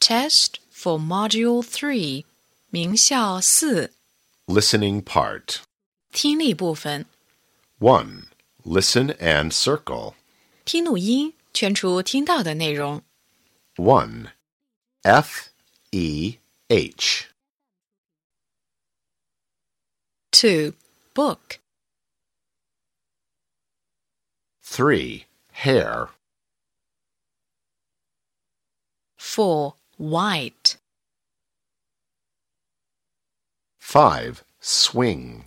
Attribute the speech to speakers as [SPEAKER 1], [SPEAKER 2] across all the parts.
[SPEAKER 1] Test for Module 3, 名校四
[SPEAKER 2] Listening part.
[SPEAKER 1] 听力部分，
[SPEAKER 2] 1. Listen and circle.
[SPEAKER 1] 听录音，圈出听到的内容。
[SPEAKER 2] 1. F E H.
[SPEAKER 1] 2. Book.
[SPEAKER 2] 3. Hair.
[SPEAKER 1] 4. White.
[SPEAKER 2] 5. Swing.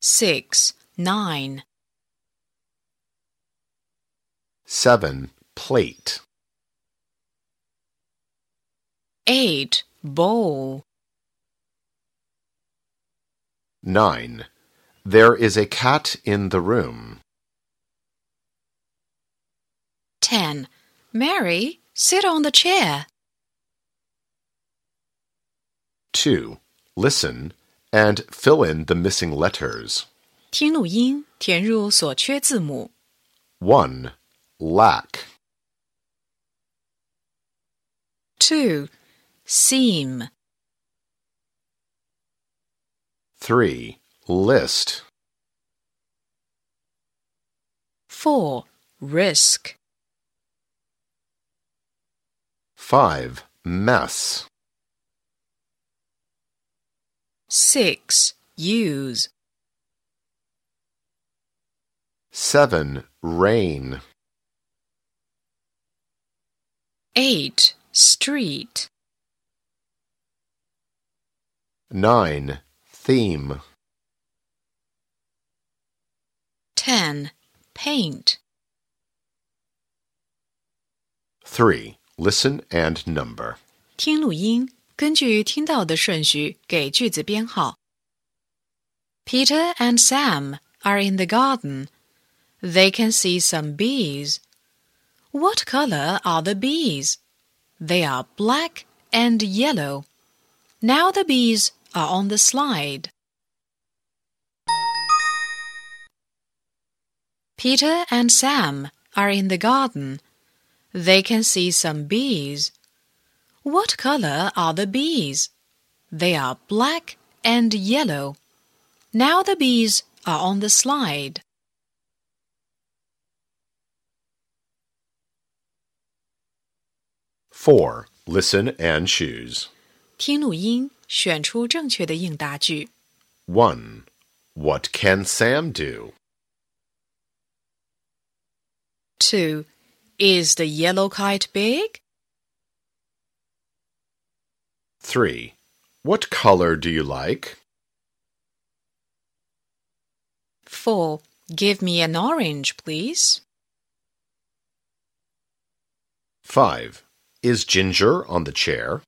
[SPEAKER 1] 6. Nine.
[SPEAKER 2] 7. Plate.
[SPEAKER 1] 8. Bowl.
[SPEAKER 2] 9. There is a cat in the room.
[SPEAKER 1] 10. Mary, sit on the chair.
[SPEAKER 2] 2. Listen and fill in the missing letters.
[SPEAKER 1] 听录音，填入所缺字母。
[SPEAKER 2] 1. Lack.
[SPEAKER 1] 2. Seam.
[SPEAKER 2] 3. List.
[SPEAKER 1] 4. Risk.
[SPEAKER 2] 5. Mess.
[SPEAKER 1] 6. Use.
[SPEAKER 2] 7. Rain.
[SPEAKER 1] 8. Street.
[SPEAKER 2] 9. Theme.
[SPEAKER 1] 10. Paint.
[SPEAKER 2] 3. Listen and number.
[SPEAKER 1] 听录音，根据听到的顺序给句子编号。Peter and Sam are in the garden. They can see some bees. What color are the bees? They are black and yellow. Now the bees are on the slide. Peter and Sam are in the garden. They can see some bees. What color are the bees? They are black and yellow. Now the bees are on the slide.
[SPEAKER 2] Four. Listen and choose.
[SPEAKER 1] 听录音，选出正确的应答句。
[SPEAKER 2] One. What can Sam do?
[SPEAKER 1] Two. Is the yellow kite big?
[SPEAKER 2] Three. What color do you like?
[SPEAKER 1] Four. Give me an orange, please.
[SPEAKER 2] Five. Is Ginger on the chair?